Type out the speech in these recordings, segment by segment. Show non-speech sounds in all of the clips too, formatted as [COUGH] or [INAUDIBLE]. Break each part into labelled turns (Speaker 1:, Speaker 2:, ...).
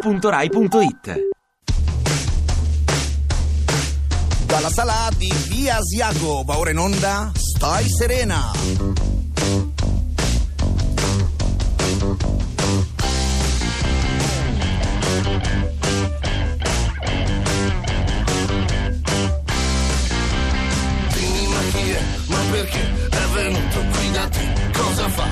Speaker 1: radio2pod.rai.it
Speaker 2: Dalla sala di Via Asiago, va ora in onda, stai serena.
Speaker 3: Prima chi è, ma perché è venuto qui da te? Cosa fa?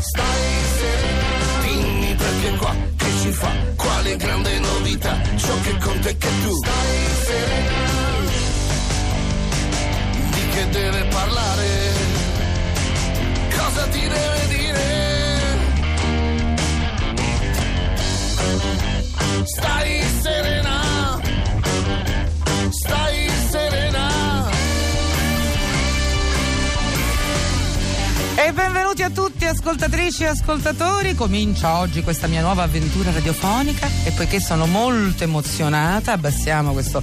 Speaker 3: Stai sereno, dimmi perché qua, che ci fa? Quale grande novità, ciò che conta è che tu stai sereno. Di che deve parlare? Cosa ti deve dire? Stai serena, stai serena.
Speaker 4: E benvenuti a tutti ascoltatrici e ascoltatori, comincia oggi questa mia nuova avventura radiofonica e poiché sono molto emozionata abbassiamo questa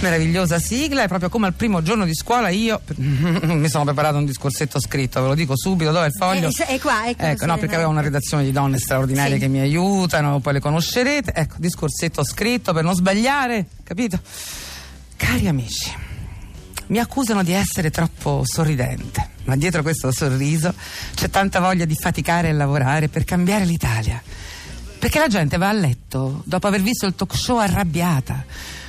Speaker 4: meravigliosa sigla e proprio come al primo giorno di scuola io [LAUGHS] mi sono preparato un discorsetto scritto, ve lo dico subito, dove è il foglio?
Speaker 5: Eh, se- è qua, ecco,
Speaker 4: Ecco, no
Speaker 5: Serena.
Speaker 4: perché avevo una redazione di donne straordinarie
Speaker 5: Sì.
Speaker 4: che mi aiutano, poi le conoscerete, ecco, discorsetto scritto per non sbagliare, capito? Cari amici, mi accusano di essere troppo sorridente, ma dietro questo sorriso c'è tanta voglia di faticare e lavorare per cambiare l'Italia. Perché la gente va a letto dopo aver visto il talk show arrabbiata.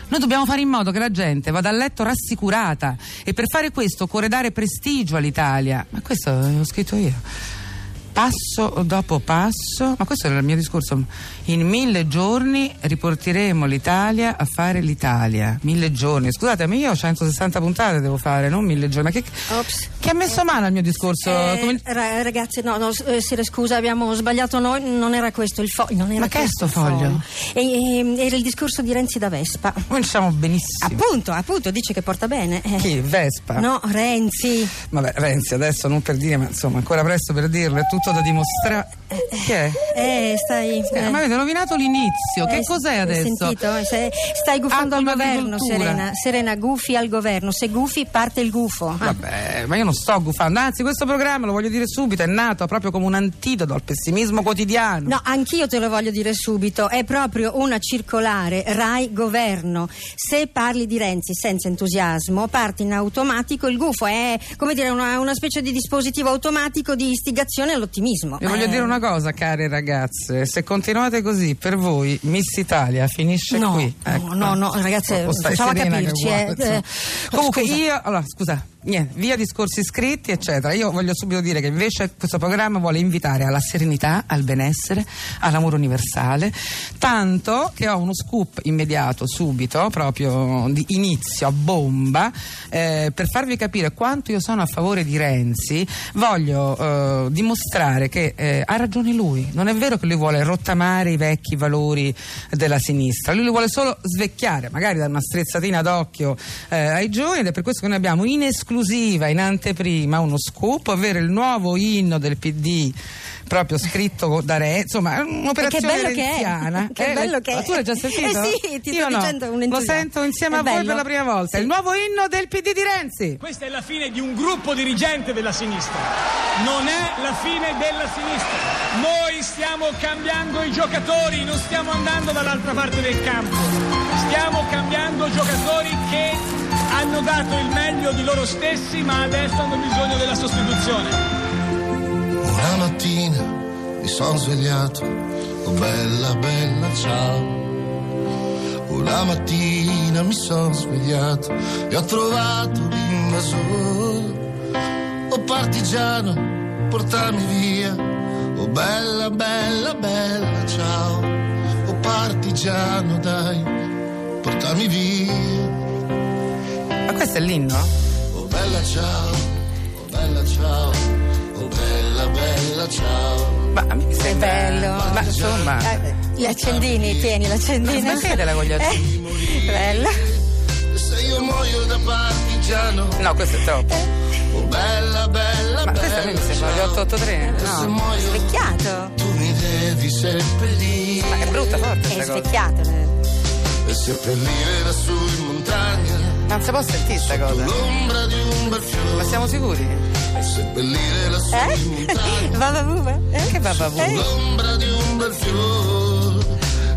Speaker 4: Noi dobbiamo fare in modo che la gente vada a letto rassicurata e per fare questo occorre dare prestigio all'Italia. Ma questo l'ho scritto io passo dopo passo, ma questo era il mio discorso, in mille giorni riporteremo l'Italia a fare l'Italia. Mille giorni, scusatemi, io ho 160 puntate devo fare, non mille giorni. Ma che,
Speaker 5: Ops.
Speaker 4: chi ha messo mano al mio discorso?
Speaker 5: Eh,
Speaker 4: Come-
Speaker 5: ra- ragazzi, no, no, s- eh, sì, scusa, abbiamo sbagliato noi, non era questo il foglio. non era
Speaker 4: Ma che è
Speaker 5: questo
Speaker 4: sto
Speaker 5: il
Speaker 4: foglio?
Speaker 5: E- e- era il discorso di Renzi da Vespa.
Speaker 4: Cominciamo diciamo benissimo.
Speaker 5: Appunto, appunto, dice che porta bene. eh.
Speaker 4: Chi? Ah. Vespa?
Speaker 5: Ah, No, Renzi.
Speaker 4: Vabbè, Renzi, adesso non per dire, ma insomma, ancora presto per dirlo, è tutto da dimostrare. Che è?
Speaker 5: Eh, stai.
Speaker 4: Eh,
Speaker 5: eh,
Speaker 4: Ma avete rovinato l'inizio,
Speaker 5: eh,
Speaker 4: che
Speaker 5: s-
Speaker 4: cos'è
Speaker 5: ho
Speaker 4: adesso?
Speaker 5: sentito, eh, se- stai gufando
Speaker 4: Ah,
Speaker 5: al
Speaker 4: con
Speaker 5: governo,
Speaker 4: l'agricoltura.
Speaker 5: Serena. Serena, gufi al governo. Se gufi, parte il gufo. Ah,
Speaker 4: Vabbè, ma io non sto gufando, anzi questo programma, lo voglio dire subito, è nato proprio come un antidoto al pessimismo quotidiano.
Speaker 5: No, anch'io te lo voglio dire subito, è proprio una circolare Rai Governo. Se parli di Renzi senza entusiasmo, parte in automatico il gufo, è come dire una, una specie di dispositivo automatico di istigazione all'ottimismo.
Speaker 4: Vi voglio
Speaker 5: Eh,
Speaker 4: dire una cosa, care ragazze, se continuate così, per voi Miss Italia finisce
Speaker 5: No,
Speaker 4: qui.
Speaker 5: no, no, no, ragazze,
Speaker 4: o stai
Speaker 5: facciamo a
Speaker 4: serena che
Speaker 5: capirci,
Speaker 4: vuoi,
Speaker 5: eh.
Speaker 4: insomma.
Speaker 5: Eh,
Speaker 4: Comunque
Speaker 5: scusa.
Speaker 4: io, allora, scusa, niente, via discorsi scritti, eccetera. Io voglio subito dire che invece questo programma vuole invitare alla serenità, al benessere, all'amore universale, tanto che ho uno scoop immediato, subito, proprio di inizio, a bomba, eh, per farvi capire quanto io sono a favore di Renzi, voglio eh, dimostrare che eh, ha ragione lui. Non è vero che lui vuole rottamare i vecchi valori della sinistra, lui li vuole solo svecchiare, magari da una strezzatina d'occhio eh, ai giovani ed è per questo che noi abbiamo in esclusiva, in anteprima, uno scoop, ovvero il nuovo inno del PD proprio scritto co- da Renzi, insomma, è un'operazione
Speaker 5: bello che è.
Speaker 4: renziana.
Speaker 5: [LAUGHS] Che bello che
Speaker 4: ah,
Speaker 5: è.
Speaker 4: Tu l'hai già
Speaker 5: Eh
Speaker 4: sentito?
Speaker 5: sì, ti
Speaker 4: Io
Speaker 5: sto
Speaker 4: no.
Speaker 5: dicendo un
Speaker 4: Lo
Speaker 5: entusiasmo.
Speaker 4: sento insieme
Speaker 5: È
Speaker 4: a voi
Speaker 5: bello.
Speaker 4: per la prima volta,
Speaker 5: Sì.
Speaker 4: il nuovo inno del PD di Renzi.
Speaker 6: Questa è la fine di un gruppo dirigente della sinistra. Non è la fine della sinistra. Noi stiamo cambiando i giocatori, non stiamo andando dall'altra parte del campo. Stiamo cambiando giocatori che hanno dato il meglio di loro stessi, ma adesso hanno bisogno della sostituzione.
Speaker 3: Una mattina mi sono svegliato, oh bella bella ciao. Una mattina mi sono svegliato e ho trovato l'invasore. Oh partigiano, portami via, oh bella bella bella ciao. Oh partigiano, dai, portami via.
Speaker 4: Ma questo è l'inno?
Speaker 3: Oh bella ciao, oh bella ciao, oh bella bella ciao.
Speaker 4: Ma mi sembra
Speaker 5: bello.
Speaker 4: Ma insomma,
Speaker 5: Eh, gli accendini, tieni l'accendino.
Speaker 4: Ma perché te la voglio
Speaker 5: Eh, bello.
Speaker 3: Se io muoio da partigiano,
Speaker 4: no, questo è troppo.
Speaker 3: oh bella, bella,
Speaker 4: Ma questo
Speaker 3: bella.
Speaker 4: a me mi sembra gli 883.
Speaker 3: Se
Speaker 4: No,
Speaker 3: muoio,
Speaker 5: Svecchiato.
Speaker 3: tu mi devi seppellire.
Speaker 4: ma è brutta forte
Speaker 5: È
Speaker 4: questa cosa.
Speaker 5: svecchiato. eh.
Speaker 3: E seppellire lassù in montagna.
Speaker 4: Ma non si può sentire sta cosa.
Speaker 3: L'ombra di un bel fiore.
Speaker 4: Ma siamo sicuri?
Speaker 3: E seppellire lassù in
Speaker 5: [LAUGHS]
Speaker 3: montagna.
Speaker 5: eh? Va, va, va, va. Eh?
Speaker 4: Che bababù.
Speaker 3: L'ombra di un bel fiore.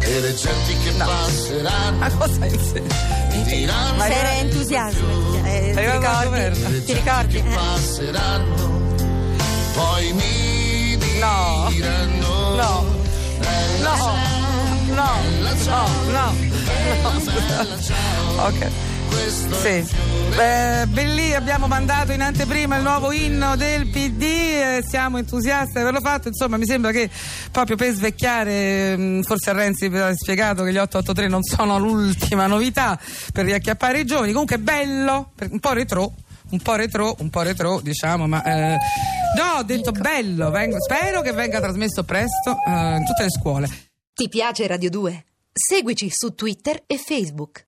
Speaker 3: E e recenti che passeranno
Speaker 4: Ma cosa insegna?
Speaker 3: mi diranno
Speaker 4: Ma-
Speaker 5: C'era entusiasmo. eh, ti
Speaker 4: Arrivava al governo.
Speaker 5: ricordi? Ti ricordi?
Speaker 3: che
Speaker 5: Eh.
Speaker 3: passeranno poi mi
Speaker 4: No.
Speaker 3: diranno
Speaker 4: No.
Speaker 3: eh,
Speaker 4: No, no, no, no. Ok. Sì. Eh, Bellì, abbiamo mandato in anteprima il nuovo inno del PD, eh, siamo entusiasti di averlo fatto, insomma mi sembra che proprio per svecchiare, mh, forse a Renzi ha spiegato che gli 883 non sono l'ultima novità per riacchiappare i giovani, comunque bello, per- un po' retro, un po' retro, un po' retro diciamo, ma... eh, no, ho detto bello, vengo- spero che venga trasmesso presto eh, in tutte le scuole.
Speaker 1: Ti piace Radio 2? Seguici su Twitter e Facebook.